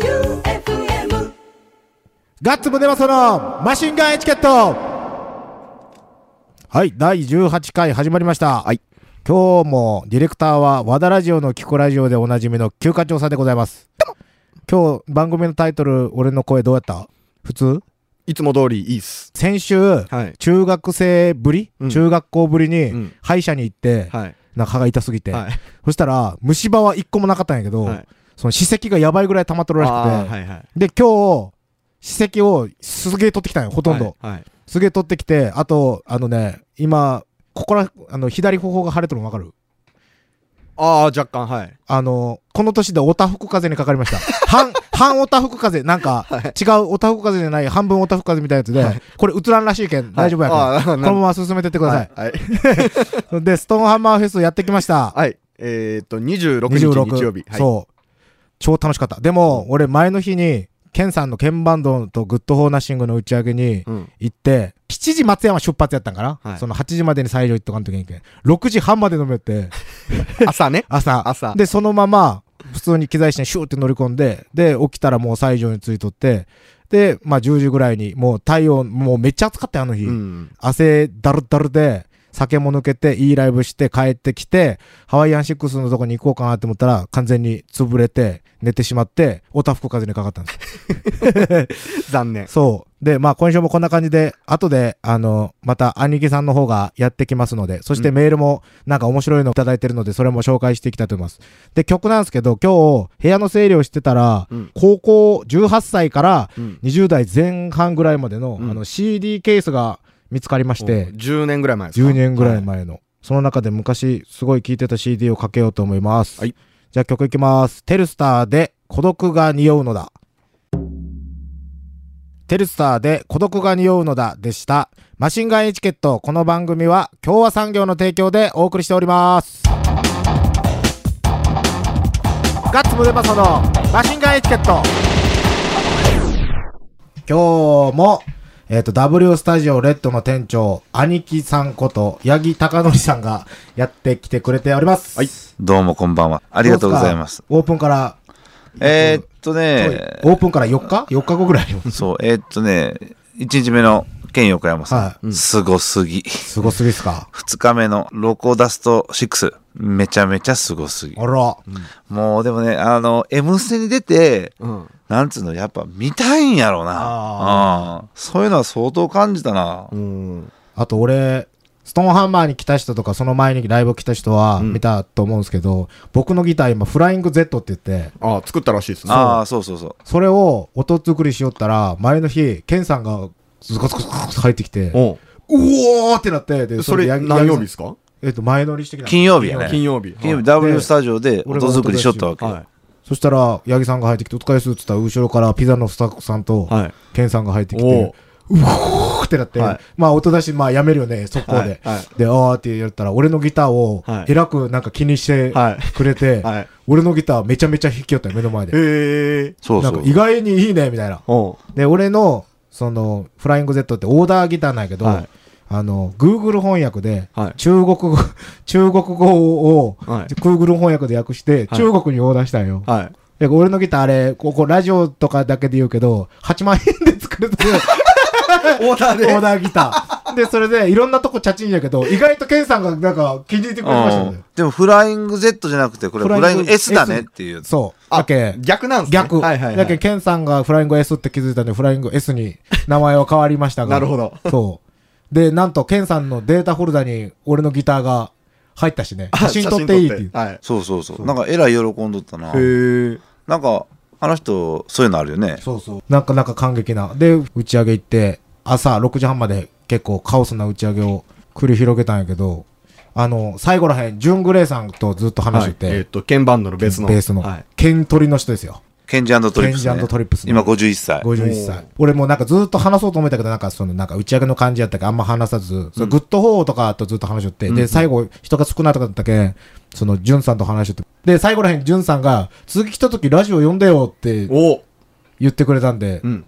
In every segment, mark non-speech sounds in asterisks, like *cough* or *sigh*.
J-O-E-U-F-M ガッツムネマソのマシンガンエチケットはい、第18回始まりました。はい。今日もディレクターは和田ラジオのキコラジオでおなじみの休暇調査でございます。今日番組のタイトル、俺の声どうやった普通いつも通りいいっす。先週、はい。中学生ぶり、うん中学校ぶりに、うん歯医者に行って、はい。なんか歯が痛すぎて、はい。そしたら虫歯は一個もなかったんやけど、はいその歯石がやばいぐらい溜まっとるらしくて、あーはいはい。で今日歯石をすげえ取ってきたんよほとんど、はい。はいすげえ取ってきてあとあのね今ここらあの左頬が腫れてるの分かるああ、若干、はい。あのこの年でオタフク風邪にかかりました *laughs* 半半オタフク風邪なんか、違うオタフク風邪じゃない半分オタフク風邪みたいなやつで、これ映らんらしいけん、大丈夫やからあーこなのんまま進めてってください、はい。はいでストーンハンマーフェスやってきましたはい。えーっと、26日26日曜日。はい。そう超楽しかったでも俺前の日にケンさんのケンバンドとグッドフォーナッシングの打ち上げにうん。行って7時松山出発やったんかな、はいその8時までに西条行っとかんときに6時半まで飲めて朝ね。朝 *laughs* 朝でそのまま普通に機材室にシューって乗り込んでで起きたらもう西条に着いとってでまあ10時ぐらいにもう太陽もうめっちゃ暑かったよあの日、うん。汗だるだるで、酒も抜けて、いいライブして、帰ってきて、ハワイアンシックスのとこに行こうかなって思ったら、完全に潰れて、寝てしまって、おたふく風にかかったんです。残念。そう。で、まあ今週もこんな感じで、後で、あの、また兄貴さんの方がやってきますので、そしてうんメールもなんか面白いのいただいてるので、それも紹介していきたいと思います。で、曲なんですけど、今日、部屋の整理をしてたら、うん高校18歳からうん。 20代前半ぐらいまでの、うんあの CD ケースが見つかりまして、 10年ぐらい前ですか10年ぐらい。前の、その中で昔すごい聴いてた CD をかけようと思います、はいじゃあ曲いきます「テルスターで孤独が匂うのだ」テルスターで孤独が匂うのだでしたマシンガンエチケットこの番組は共和産業の提供でお送りしておりますガッツムデパソのマシンガンエチケット今日も、えっ、と、W スタジオレッドの店長、兄貴さんこと、八木隆則さんがやってきてくれております。はいどうもこんばんは。あありがとうございます。。オープンから、えーっとえね、オープンから4日 ?4 日後ぐらいに *laughs* そう、えーっとね、1日目の県横山はさいん、すごすぎ。すごすぎっすか2日目のロコダスト6、めちゃめちゃすごすぎあ。ら、もうでもね、あの、M ステに出て、うん。なんつうの、やっぱ見たいんやろうな。うんそういうのは相当感じたなう。ん。あと俺、ストーンハンマーに来た人とか、その前にライブ来た人はうん見たと思うんですけど、僕のギター今、フライング Z って言って、ああ、作ったらしいですね。ああ、そうそうそう。それを音作りしよったら、前の日、ケンさんがズカズカズカズカ入ってきて、おうおーってなって、でうそれ、八木何曜日八木でさすかんえっと、前乗りしてきた。金曜日やね金曜日。金曜日だ。 W スタジオで音作りしよったわけ。はそしたら、八木さんが入ってきて、お疲れっすって言ったら、後ろからピザのスタッフさんとい。、はい。ケンさんが入ってきおてう、ふーってなってはい、まあ、音出し、まあ、やめるよね、速攻で。はい。で、あーってやったら、俺のギターをは、いえらくなんか気にしてはい。くれて、はい。俺のギターめちゃめちゃ弾きよったよ、目の前で。へえ。そうなそんかう。意外にいいね、みたいな。おうで、俺の、その、フライング Z ってオーダーギターなんやけど、はいあの、Google 翻訳で、はい中国語、 *laughs* 中国語を、はい Google 翻訳で訳して、はい中国にオーダーしたんよ。はい。で俺のギターあれ、ここラジオとかだけで言うけど、8万円で作れたオーダーオーダーギター。で、それで、いろんなとこチャチンやけど、意外とケンさんがなんか気に入ってくれましたうんね。でもフライング Z じゃなくて、これフライング S だねっていう。そう。だけ逆なんですね。逆。はいはいはい。だけどケンさんがフライング S って気づいたんで、フライング S に名前は変わりましたが。なるほど。そう。で、なんと、ケンさんのデータフォルダに俺のギターが入ったしね。写真撮っていいっていう。はい。そうそうそう。なんかえらい喜んどったな。へえ。なんか、あの人、そういうのあるよね。そうそう。なんかなんか感激な。で、打ち上げ行って、朝6時半まで結構カオスな打ち上げを繰り広げたんやけど、あの、最後らへん、ジュングレイさんとずっと話してて、はいえっと、鍵盤のベースの。ベースの、はい。ケントリの人ですよ。ケンジトリップス、ケね。ンジトリップスね今51歳。 51お歳ー。俺もうなんかずっと話そうと思ったけど、なんかその、なんか打ち上げの感じやったけど、あんま話さず、そのグッドホーとかとずっと話しとって、で、最後、人が少ないとかだったけん、その、ジュンさんと話しとって、で、最後らへん、ジュンさんが、次来た時ラジオ呼んでよっておう言ってくれたんでう、ん。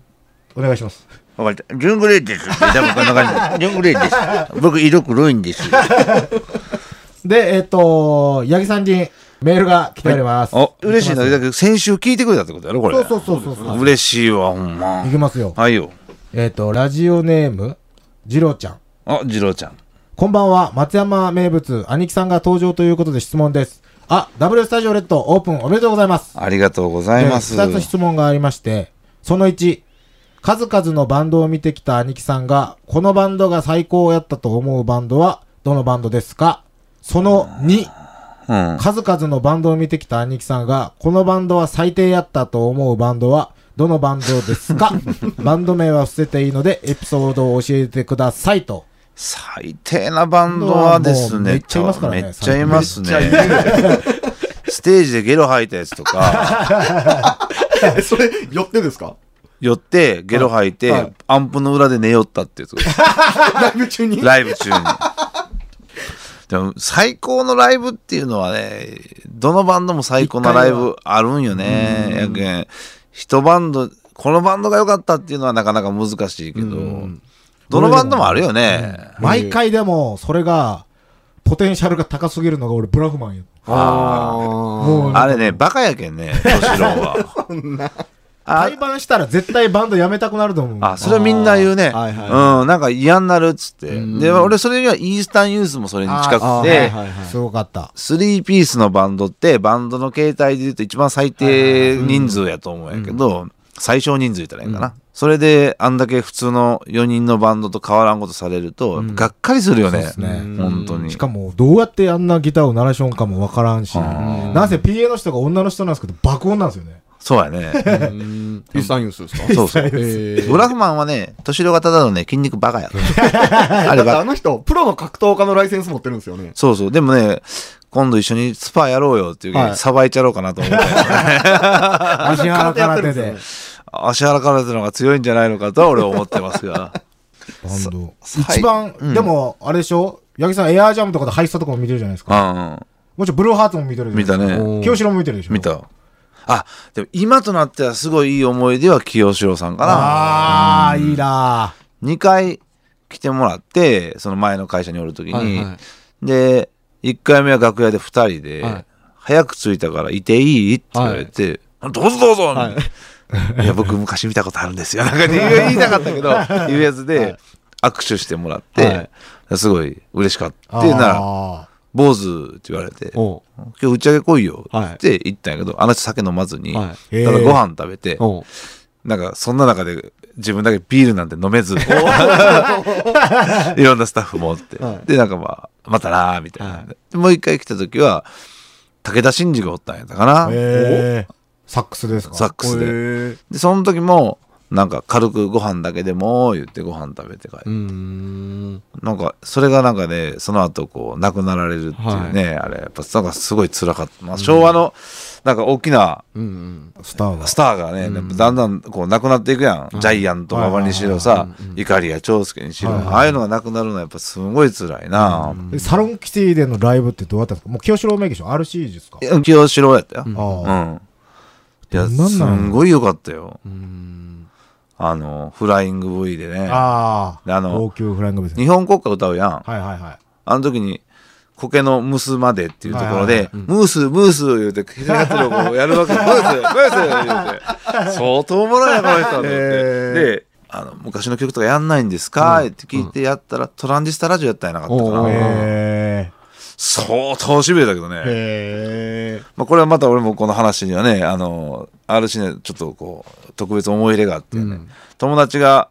お願いします。わかりた。ジュングレイです。多分こんな感じ。ジュングレイです。 *laughs* 僕、色黒いんです。で、えっ、と、八木さんにメールが来ております。お、嬉しいな。だけど先週聞いてくれたってことやろ、これ。そうそうそうそうそう。嬉しいわ、ほんまい。きますよ。はいよ。えっと、ラジオネーム、ジローちゃん。あ、次郎ちゃん。こんばんは、松山名物、兄貴さんが登場ということで質問です。あ、W スタジオレッドオープンおめでとうございます。ありがとうございます。 2つ質問がありまして、その1、数々のバンドを見てきた兄貴さんが、このバンドが最高やったと思うバンドは、どのバンドですかその2、うん。数々のバンドを見てきた兄貴さんが、このバンドは最低やったと思うバンドは、どのバンドです *laughs* かバンド名は伏せていいので、エピソードを教えてくださいと。最低なバンドはですね、めっちゃいますからねめっちゃいますね。 *laughs* ステージでゲロ吐いたやつとか、それ、寄ってです *laughs* か寄ってゲロ吐いはてい、アンプの裏で寝よったってやつ。ライブ中にライブ中に。でも最高のライブっていうのはね、どのバンドも最高なライブあるんよね。やけん、一バンド、このバンドが良かったっていうのはなかなか難しいけど、どのバンドもあるよね。毎回でも、それが、ポテンシャルが高すぎるのが俺、ブラフマンや。あもう、あれね、バカやけんね、ロシロ *laughs* ンは。あ対バンしたら絶対バンドやめたくなると思う。あ、それみんな言うね。あーはいはうん、なんか嫌になるっつって。うんで、俺それにはイースタンユースもそれに近あくーはいて、はいはいすごかった。スリーピースのバンドって、バンドの形態で言うと一番最低人数やと思うんやけど、最小人数言ったらいいんかな。それで、あんだけ普通の4人のバンドと変わらんことされると、がっかりするよそうねっす。ね本当に。しかも、どうやってあんなギターを鳴らしょんかもわからんし、なぜ PA の人が女の人なんですけど、爆音なんですよ *laughs* ね。そうやね。うーんピースタインユースですかそうそう。えーブラフマンはね、年郎がただのね、筋肉バカや。 *laughs* あだれって *laughs* あば、の人、プロの格闘家のライセンス持ってるんですよね。そうそう。でもね、今度一緒にスパやろうよっていうけどはいさばいちゃろうかなと思って。足原空手空手やってるでんで。足原からずの方が強いんじゃないのかとは俺は思ってますが。バンド。さ一番、うんでも、あれでしょ八木さん、エアージャムとかでハイスタとかも見てるじゃないですか。あもちろん、ブルーハーツも見てるうじん。見たゃないですか。ね。おー清志郎も見てるでしょ見。た。あ、でも今となってはすごいいい思い出は清志郎さんかな。ああ、いいなー2回来てもらって、その前の会社におるときに、はいはいで、1回目は楽屋で2人で、はい早く着いたからいていいって言われて、どうぞどうぞ、はいい、や、僕昔見たことあるんですよ。なんかね言いたかったけど、言うやつで握手してもらって、すごい嬉しかった。っていうなら、あ坊主って言われて、今お日打ち上げ来いよはいって言ったんやけど、あの人酒飲まずに、はーへーただご飯食べて、おうなんかそんな中で自分だけビールなんて飲 *laughs* めず、いろんなスタッフもおって、はいで、なんかまあ、またなーみたいな。はでもう一回来た時は、武田真治がおったんやったかな、えーサックスですかサックスで。へーで、その時も、なんか軽くご飯だけでも言ってご飯食べて帰ってうーん。なんかそれがなんかねその後こう亡くなられるっていうね、あれやっぱなんかすごい辛かった、まあ、昭和のなんか大きなうんうん。スターがス。ターがね、やっぱだんだんこうなくなっていくやん、ジャイアント馬場にしろさいかりや長介にしろ、はいはいああいうのがなくなるのはやっぱすごい辛いな、でサロンキティでのライブってどうやったんですかもう清志郎名義でしょ ?RC ですかいや清志郎やったよ、うんあいやどんなんすなんんごいよかったようんあのフライング V でねあ。ああ。であの高級フライングベース。日本国歌歌うやん、はいはいはい。あの時に、苔のムスまでっていうところはいはいで、ムース、ムースを言うて、ヘラテロをや *laughs* るわけ。ムース、ムース言うて。相当おもろいな、この人と思って。で、あの、昔の曲とかやんないんですか、って聞いてやったら、トランジスタラジオやったんやなかったかおーな。え相当しびれたけどね。へーまあ、これはまた俺もこの話にはね、あの、RC ね、ちょっとこう、特別思い入れがあってね、友達が、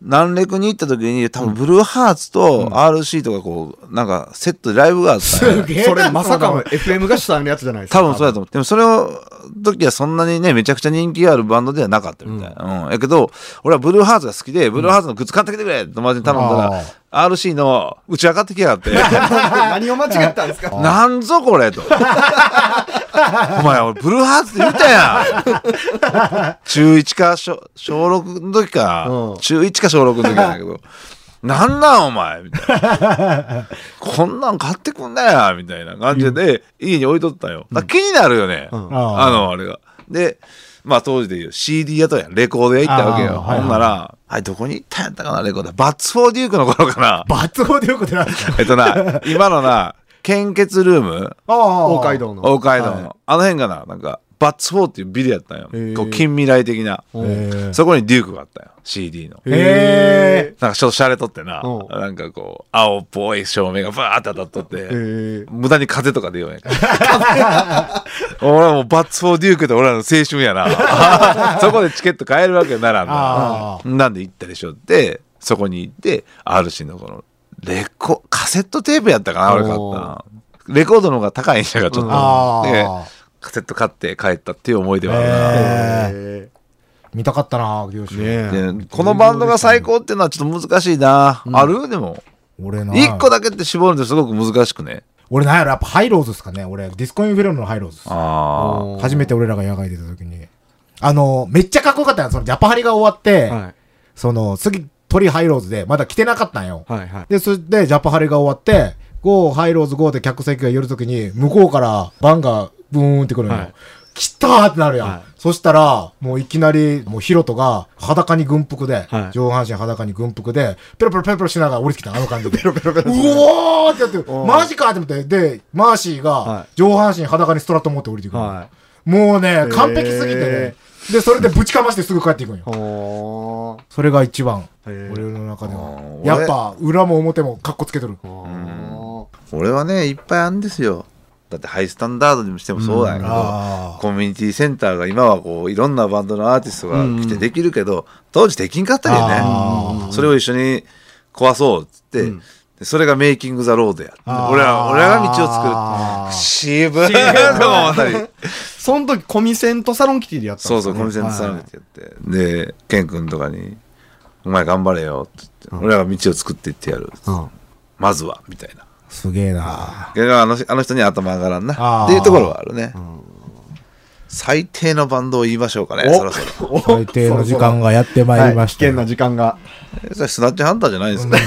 南レクに行った時に、多分ブルーハーツと RC とかこう、なんかセットでライブがあったんすや、げえなそれまさかの FM が主催のやつじゃないですか。多分そうだと思う。でもそれを、時はそんなにね、めちゃくちゃ人気があるバンドではなかったみたいな。うん。やけど、俺はブルーハーツが好きで、ブルーハーツのグッズ買ってきてくれって友達に頼んだら、RC の打ち上がってきやがっ *laughs* て、何を間違ったんですかなんぞこれと。お前、俺ブルーハーツって言ったやん。中1か小小6の時か、うん中1か小6の時なんだけど、なんなんお前みたいな。こんなん買ってくんなやみたいな感じで、家に置いとったよ。だから気になるよね。んあの、あれが。で、まあ当時で言う CD 屋とやんレコード屋行ったわけよ。あーはいはいほんなら、はい、どこに行ったんやったかな、レコード。バッツ・フォー・デュークの頃かなー。。バッツゴーデュークってなんですかえっとな、今のな、献血ルームああ大街道の。大街道の、はいあの辺かななんかバッツ4っていうビルやったんよへーこう近未来的なうんえーそこにデュークがあったよ CD のへなんかちょっとシャレとってなうんなんかこう青っぽい照明がバーって当たっとって、えー無駄に風とか出ようやんから *laughs* 俺はもうバッツ・フォー・デュークって俺らの青春やな *laughs* そこでチケット買えるわけならんあななんで行ったでしょってそこに行って RC のこのレコカセットテープやったかな俺買ったのレコードの方が高いんやからちょっうんあと、ーでカセット買って帰ったっていう思い出はあるへな、え見たかったな、行ー司。ねでこのバンドが最高っていうのはちょっと難しいな、あるでも俺な。 1個だけって絞るのすごく難しくね俺なんやろ、やっぱハイローズっすかね。俺、ディスコインフェローのハイローズっす。ああおー初めて俺らが野外出た時に。あの、めっちゃかっこよかったよ。その、ジャパハリが終わって、はいその、次、鳥ハイローズで、まだ来てなかったんよ。はい *laughs* はい。で、それで、ジャパハリが終わって、ゴー、ハイローズゴーで客席が寄るときに、向こうからバンがブーンってくるのよ。はい来たーってなるやん。はいそしたら、もういきなり、もうヒロトが裸に軍服で、はい上半身裸に軍服で、ペロペロペロペロしながら降りてきた、あの感じ *laughs* で。ペロペロうペロおーってやって、おーマジかって思って、で、マーシーはがい上半身裸にストラット持って降りてくる。はもうね、完璧すぎてね。へで、それでぶちかましてすぐ帰っていくんよい。。ほそれが一番、へー俺の中では。あーやっぱ、裏も表もかっこつけてる。ーほ俺はねいっぱいあるんですよだってハイスタンダードにもしてもそうだけど、あコミュニティセンターが今はこういろんなバンドのアーティストが来てできるけど、当時できんかったよねそれを一緒に壊そうっつって、でそれがメイキング・ザ・ロードやってあー俺ら俺が道をあー作る渋いと思ったりーその時、コミセントサロンキティでやったんそうですそかうねコミュニティセンターってやって、でケン君とかに「お前頑張れよ」って言って、俺らが道を作っていってやる、はいまずは」みたいなすげえ *laughs* な。いやあのあの人には頭上がらんなあーっていうところはあるね、最低のバンドを言いましょうかねそろそろお最低の時間がやってまいりました。はい危険な時間が。えそれスナッチハンターじゃないんですね、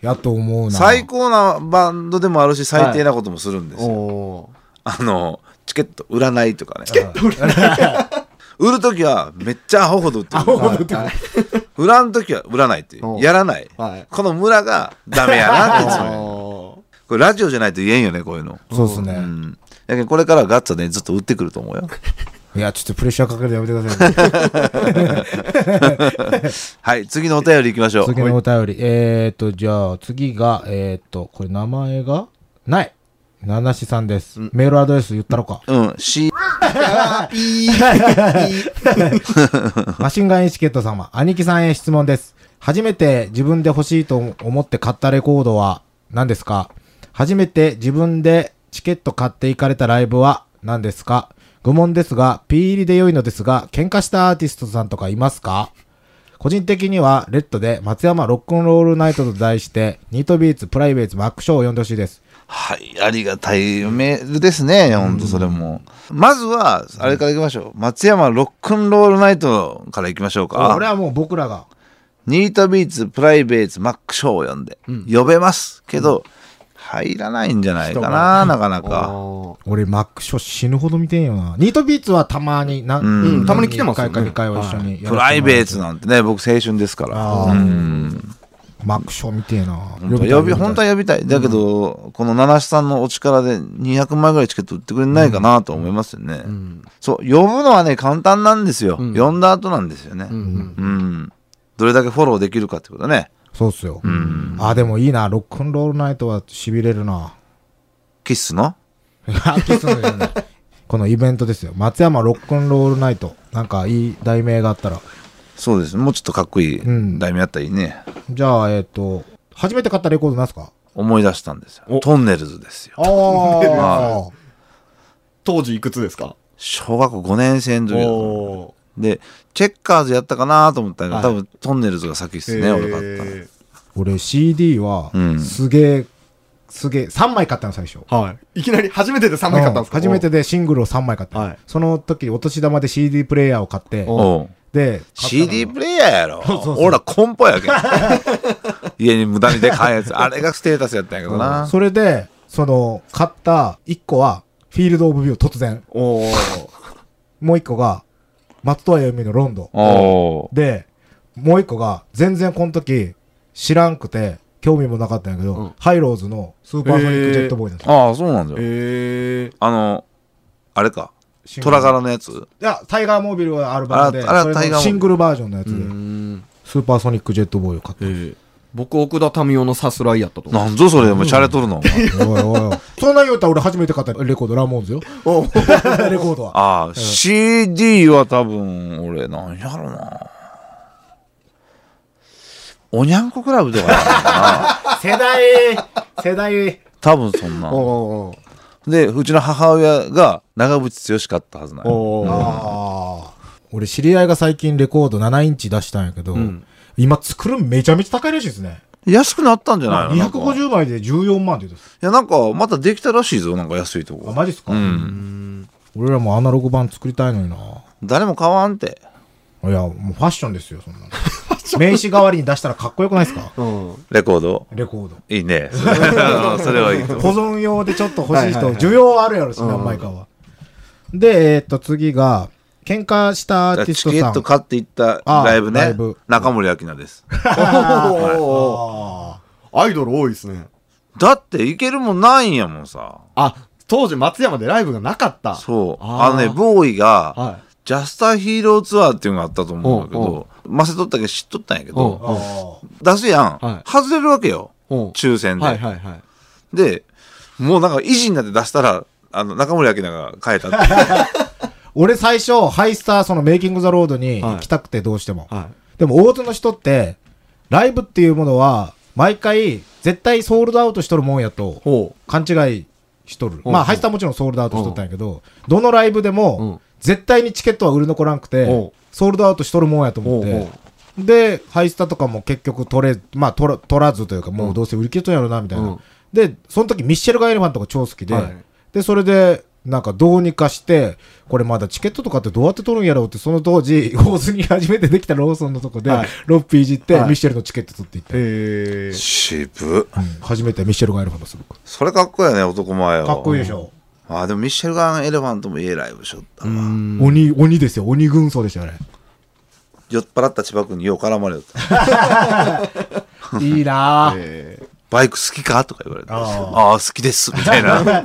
やと思うな。最高なバンドでもあるし最低なこともするんですよ、おあのチケット売らないとかねチケット売 *laughs* るときはめっちゃアホほど売 *laughs* ってるー売らんときは売らないっていうおやらない、はいこの村がダメや *laughs* なっていつも言うおこれラジオじゃないと言えんよねこういうのそうですうね。んやけんこれからはガッツはねずっと売ってくると思うよいや、ちょっとプレッシャーかけるのやめてくだ *laughs* さいね。はい次のお便りいきましょう次のお便り。えーと、じゃあ次が、えーと、これ名前がない。七七さんです。メールアドレス言ったろか。うん C マシンガンエチケット様、兄貴さんへ質問です。初めて自分で欲しいと思って買ったレコードは何ですか初めて自分でチケット買っていかれたライブは何ですか愚問ですが、P 入りで良いのですが、喧嘩したアーティストさんとかいますか個人的には、レッドで松山ロックンロールナイトと題して、ニートビーツ、プライベーツ、マックショーを呼んでほしいです。はい、ありがたいメールですね、ほんとそれも。まずは、あれから行きましょう。松山ロックンロールナイトから行きましょうこれか。はもう僕らが。ニートビーツ、プライベーツ、マックショーを呼んで、呼べますけど、入らないんじゃないかな、なかなか。お俺、マックショー死ぬほど見てんよな。ニートビーツはたまに、な、んうんたまに来てますよね1回か2回は一緒にやらせてもプらっラてイベーツなんてね、僕青春ですから。ああ、うんマックショーみてえな。本当呼び本当は呼びたい。だけど、この七七さんのお力で200枚ぐらいチケット売ってくれないかなと思いますよね。そう、呼ぶのはね、簡単なんですよ。呼んだ後なんですよね。うん。どれだけフォローできるかってことね。そうっすよ。あ、でもいいな。ロックンロールナイトは痺れるな。 *laughs* キッスの飽きそうじゃないこのイベントですよ。松山ロックンロールナイト。なんかいい題名があったら。そうです。もうちょっとかっこいいん題名あったらいいね。じゃあ、えっ、と、初めて買ったレコードなんすか思い出したんですよ。トンネルズです *laughs* よ。ああ。当時いくつですか小学校5年生の時だと思うおで、チェッカーズやったかなと思ったけど、はい多分トンネルズが先ですーね、俺買ったの。へ俺 CD はうん、すげえ、すげえ、3枚買ったの最初。ーはい。いきなり初めてで3枚買ったんですかうん初めてでシングルを3枚買ったの、はいその時、お年玉で CD プレイヤーを買って、おおうで、 CD プレイヤーやろ。俺らコンポやけん。 *laughs* 家に無駄にでかいやつ。あれがステータスやったんやけどな。それで、その、買った1個は、フィールド・オブ・ビュー突然。おーもう1個が、松任谷由実のロンドン。おお。で、もう1個が、全然この時、知らんくて、興味もなかったんやけど、うんハイローズのスーパーソニックジェットボーイなんですよ。ああ、そうなんだよ。えあの、あれか。シングル虎柄のやついや、タイガーモービルはアルバムで、あれあれそれのタイガーモービルシングルバージョンのやつで、ー。うん。スーパーソニックジェットボーイを買っえー僕、奥田民生のさすらいやった *laughs* と。なんぞそれ、お前、シャレとるの。お前た。おいおいおい。 *laughs* そんなん言うたら俺初めて買ったレコード、ラモーンズよ。おう *laughs* レコードは。ああ、CD は多分、俺、なんやろな。おにゃんこクラブとかやろうな。世代世代多分そんな。おうおうで、うちの母親が長渕剛かったはずなんよおうおうああ。俺知り合いが最近レコード7インチ出したんやけど、ん今作るんめちゃめちゃ高いらしいですね。安くなったんじゃないのなんかい250枚で14万って言うんです。や、なんか、またできたらしいぞ、なんか安いとあ、こ。マジっすか、うん。俺らもアナログ版作りたいのにな。誰も買わんって。いや、もうファッションですよ、そんなの。名刺代わりに出したらかっこよくないですかうん。レコードレコード。いいね。それあのそれはいい *laughs* と保思う。存用でちょっと欲しい人、はいはいはい需要あるやろし、うん何枚かは。で、えーっと、次が、喧嘩したアーティスチトケさッん。ト買っていったライブあライねブ。中森明菜です。おうおうおうあアイドル多いですね。だって行けるもんないんやもんさ。あ、当時松山でライブがなかった。そう。ああーのね、ボーイが、はジャスターヒーローツアーっていうのがあったと思うんだけおうど、マセ取ったけど知っとったんやけーど、うんあー。出すやんは。い外れるわけよ。い。うん抽選はいで。はいはい。で、もうなんか維持になって出したら、あの、中森明菜が変えたっていう。俺最初、ハイスター、そのメイキング・ザ・ロードに行きたくてどうしても。はでも大手の人って、ライブっていうものは、毎回、絶対ソールドアウトしとるもんやとい。、ほ勘違いしとる。うんまあ、ハイスターもちろんソールドアウトしとったんやけど、どのライブでうもん、絶対にチケットは売れ残らんくうてん、ソールドアウトしとるもんやとう。ほ思うっほて、で、ハイスタとかも結局取れ、まあ取ら取らずというか、もうどうせ売り切れとんやろな、みたいな。うんで、その時ミッシェル・ガイエルファンとか超好きで、はいで、それで、なんかどうにかして、これまだチケットとかってどうやって取るんやろうって、その当 *laughs* 時、大ーに初めてできたローソンのとこで、はいロッピーいじって、はいミッシェルのチケット取っていって、う。へえ。渋っ。初めてミッシェル・ガイエルファンがすごく。それかっこいいよね、男前よ。かっこいいでしょ。あーでもミッシェルガン・エレファントもいいライブしよったわ、うん鬼、鬼ですよ。鬼軍曹でしたよ、あれ。酔っ払った千葉君によう絡まれよったいいなぁ。 *laughs* えー *laughs* バイク好きかとか言われてあああー好きですみた *laughs* いなじゃ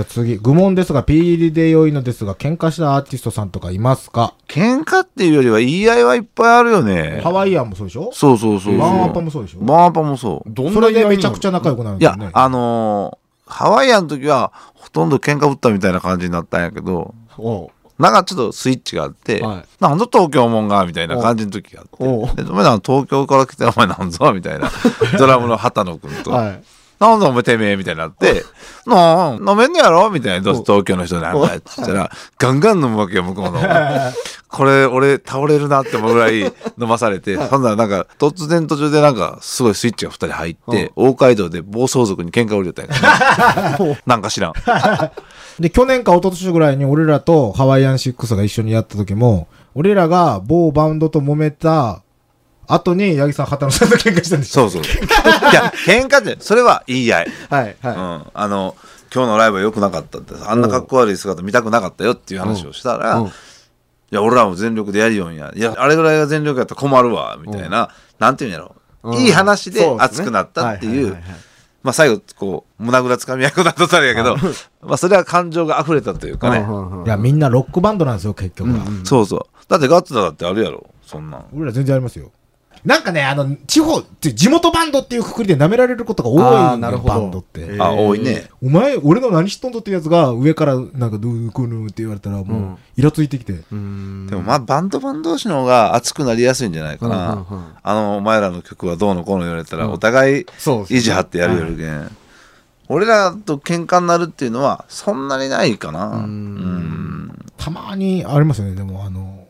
あ次、愚問ですが、ピー入りで良いのですが、喧嘩したアーティストさんとかいますか喧嘩っていうよりは言い合いはいっぱいあるよねハワイアンもそうでしょそうそうそうそうワンアッパもそうでしょワンアッパもそうどんそなれ意味で合めいちゃくちゃ仲良くなるんいですやよね。あのーハワイアンの時はほとんど喧嘩打ったみたいな感じになったんやけどおうなんかちょっとスイッチがあって、はいなんぞ東京もんがみたいな感じの時があっておうでお前なん東京から来てお前なんぞみ *laughs* たいなドラムの畑野君と、はい。なんだお前てめえみたいになって、なあ、飲めんのやろみたいな、どうせ東京の人なんかって言ったら、ガンガン飲むわけよ、向こうの。これ、俺、倒れるなって思うぐらい飲まされて、そんならなんか、突然途中でなんか、すごいスイッチが二人入って、大街道で暴走族に喧嘩売りよったん *laughs* やけどねなんか知らん。で、去年か一昨年ぐらいに俺らとハワイアンシックスが一緒にやった時も、俺らが某バンドと揉めた後に、八木さん、畑野さんと喧嘩したんでしょそうそう。いや、喧嘩って、それは言い合い。はい。うん。はあの、今日のライブは良くなかったって、あんな格好悪い姿見たくなかったよっていう話をしたい。ら、うんいや、俺らも全力でやるよんや。いや、あれぐらいが全力やったら困るわ、みたいな、なんていうんやろ。うんいい話でそうすね熱くなったっていはうは、はいはいまあ最後、こう、胸ぐらつかみ役だったらやけど、まあそれは感情が溢れたというかね。うんうんうんいや、みんなロックバンドなんですよ、結局は。そうそう。だってガッツだだってあるやろ、そんなん。俺ら全然ありますよ。なんかね、あの、地方って地元バンドっていうくくりで舐められることがあ多ーいんなだよ、るほどバンドって。えーあ、多いね。お前、俺の何しとんどってやつが上からなんかどうこうのって言われたらもうんう、イラついてきて。うんでもまあバンドマン同士の方が熱くなりやすいんじゃないかな。うんうんうんあの、お前らの曲はどうのこうの言われたら、お互いそうですね意地張ってやるよりね。俺らと喧嘩になるっていうのはそんなにないかな。んうんたまにありますよね、でも、あの、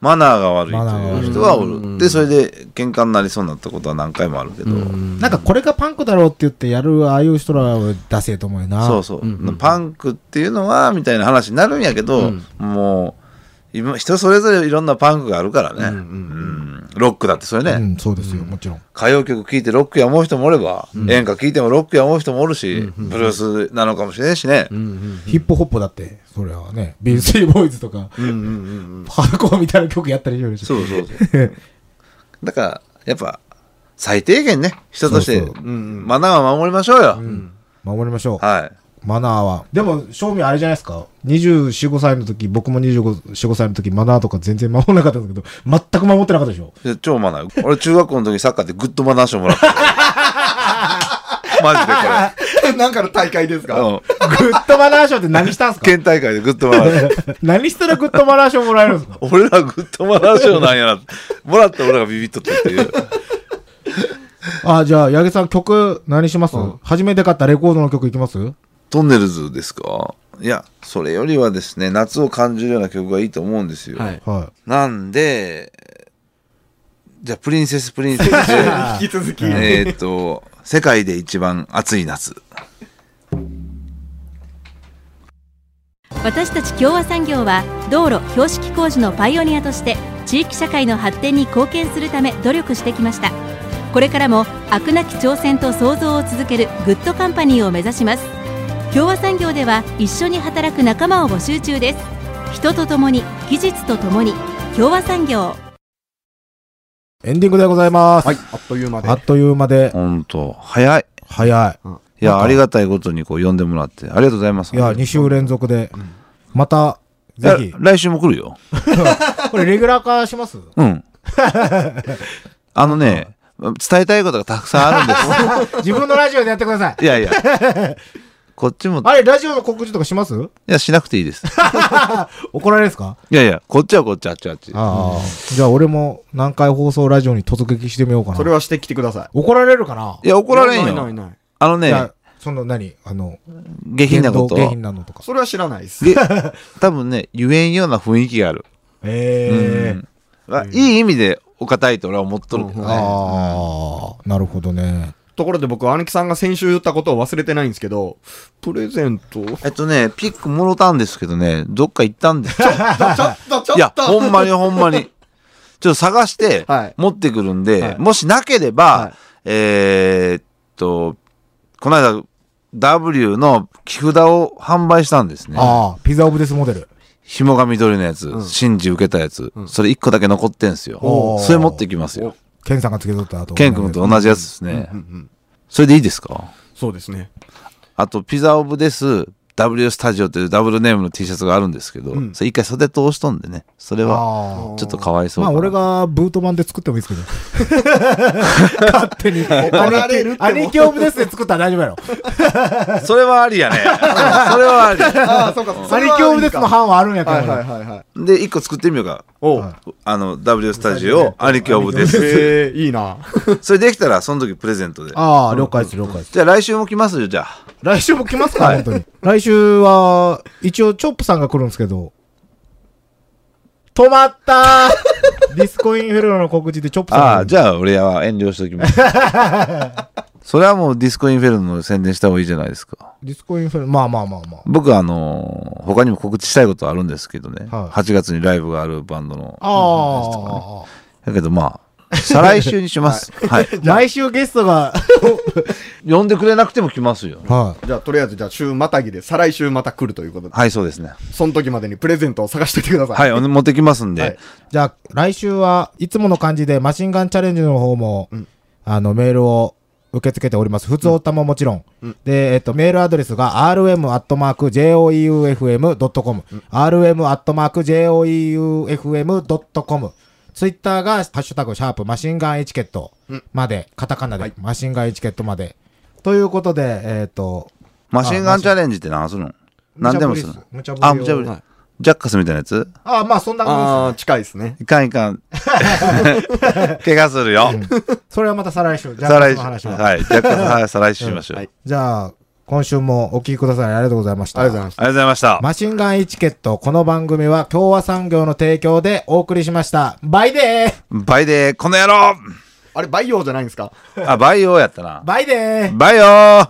マナーが悪いマナーがと悪いいう人はおうる。んで、それで喧嘩になりそうになったことは何回もあるけど。なんかこれがパンクだろうって言ってやるああいう人らを出せと思うよな。そうそう、うんうんパンクっていうのは、みたいな話になるんやけど、うんもう、今人それぞれいろんなパンクがあるからうんね。うんうんロックだってそれね、うん、そうですよ、もちろん。歌謡曲聴いてロックや思う人もおれば、演歌聴いてもロックや思う人もおるし、ブルースなのかもしれんしね。うんうんヒップホップだって、それはね、ビースリーボーイズとか、うんうんうんうん *laughs* ハードコアみたいな曲やったりするでしょ。そうそうそう。だから、やっぱ、最低限ね、人としてそうそ、ううんうんマナーは守りましょうよ。守りましょう。はい。マナーは。でも、正味あれじゃないですか。24、5歳の時、僕も25、4、5歳の時、マナーとか全然守らなかったんですけど、全く守ってなかったでしょ。いや超マナー。俺、中学校の時サッカーでグッドマナー賞もらった。マジでこなんかの大会ですれ。かうん。グッドマナー賞って何したんすか県大会でグッドマ *laughs* ナー賞。何したらグッドマナー賞もらえるんですか俺らグッドマナー賞なんやな。もらった俺らがビビっとったっていう。あ、じゃあ、八木さん曲何します、初めて買ったレコードの曲いきますトンネルズですかいや、それよりはですね、夏を感じるような曲がいいと思うんですよ。はい。はなんで、じゃあ、プリンセスプリンセスで、 *laughs* *laughs* 引き続き。えーっと、世界で一番暑い夏。私たち共和産業は道路標識工事のパイオニアとして地域社会の発展に貢献するため努力してきましたこれからも飽くなき挑戦と創造を続けるグッドカンパニーを目指します共和産業では一緒に働く仲間を募集中です人と共に技術と共に共和産業い。エンディングでございます。はい。あっという間であ。っという間で、ほんと、早い。早い。いや、ありがたいことにこう呼んでもらって、ありがとうございます。いや、2週連続で。また、いやぜひ。来週も来るよ。これ、レギュラー化しますうん。あのね、伝えたいことがたくさんあるんです。 *laughs* 自分のラジオでやってください。 *laughs* いやいや。こっちも、あれ、ラジオの告知とかしますいや、しなくていいです。怒られるんですかいやいや、こっちはこっち、あっちはあっち。ああ。じゃあ、俺も何回放送ラジオに突撃してみようかな。それはしてきてください。怒られるかないや、怒られんないないよ。ない。あのじねゃ、あその何あの、下品なこ言動下と品。なのとか。それは知らないです。で、多分ね、言えんような雰囲気がある。ええ。まあいい意味でお堅いと俺は思っとるけどね。ああ、なるほどね。ところで僕、兄貴さんが先週言ったことを忘れてないんですけど、プレゼン *laughs* ト。ちょ、えっとね、ピックもろたんですけどね、どっか行ったんですよ。ちょっと、ちいや、ほんまにほんまに。ちょっと探してはい、持ってくるんで、はいもしなければ、はいえーっと、この間、W の木札を販売したんですね。ああ、ピザオブデスモデル。紐が緑のやつ、真珠受けたやつ、それ1個だけ残ってんすよ。おーそれ持ってきますよ。ケンさんがつけとった後。ケン君と同じやつですね。それでいいですかそうですね。あと、ピザオブです。W スタジオというダブルネームの T シャツがあるんですけど、んそれ一回袖通しとんでね、それあはちょっとかわいそうまかあ、な俺がブート版で作ってもいいですけど。勝手に。怒られるってもアニキオブデスで作ったら大丈夫やろ。それはありやね。 *laughs* それはありや。ああ、そうか。そアれニはキオブデスの版はあるんやけどはいはい俺。はいはい。で、一個作ってみようか。おう。あの、W スタジオ、アニキオブです。 *laughs* ええ、いいな。それできたら、その時プレゼントで。ああ、了解です、了解です。じゃあ来週も来ますよ、じゃあ。来週も来ますか、本当に。来週は、一応、チョップさんが来るんですけど、止まったーディスコインフェルノの告知でチョップさんがああ、来るじゃあ俺は遠慮しておきます。 *laughs* それはもうディスコインフェルノの宣伝した方がいいじゃないですか。ディスコインフェルノ、まあまあまあまあ。僕はあのー他にも告知したいことあるんですけどね。はい8月にライブがあるバンドの。ああ、だけどまあ、再来週にします。はい。来週ゲストが、呼んでくれなくても来ますよ。はじゃあ、とりあえず、じゃあ、週またぎで、再来週また来るということで、はい、そうですね。その時までにプレゼントを探しておいてください。はい、お持ってきますんで。はいい。じゃあ、来週はいつもの感じでマシンガンチャレンジの方も、あの、メールを受け付けております。普通おたももちろん。で、えっと、メールアドレスが rm.joeufm.com、rm.joeufm.com。ツイッターが、ハッシュタグ、シャープ、マシンガンエチケットまで、カタカナで、マシンガンエチケットまで。ということで、えっ、と、マシンガンチャレンジって何するの何でもするの無茶ぶりっすあ、無無茶茶ぶぶりりを。ジャッカスみたいなやつあ、まあ、そんなあ感あ、近いですね。いかんいかん。怪我するよ。じです。 *laughs* それはまた再来週。じゃあ再来その話週。ははい。ジャッカス、はい、再来週しましょう。はいじゃあ、今週もお聞きください。ありがとうございました。ありがとうございましありがとうございました。マシンガンエチケット、この番組は共和産業の提供でお送りしました。バイデーバイデー、この野郎た。あれ、バイオじゃないんですかあ、バイオやったな。バイデーバイオー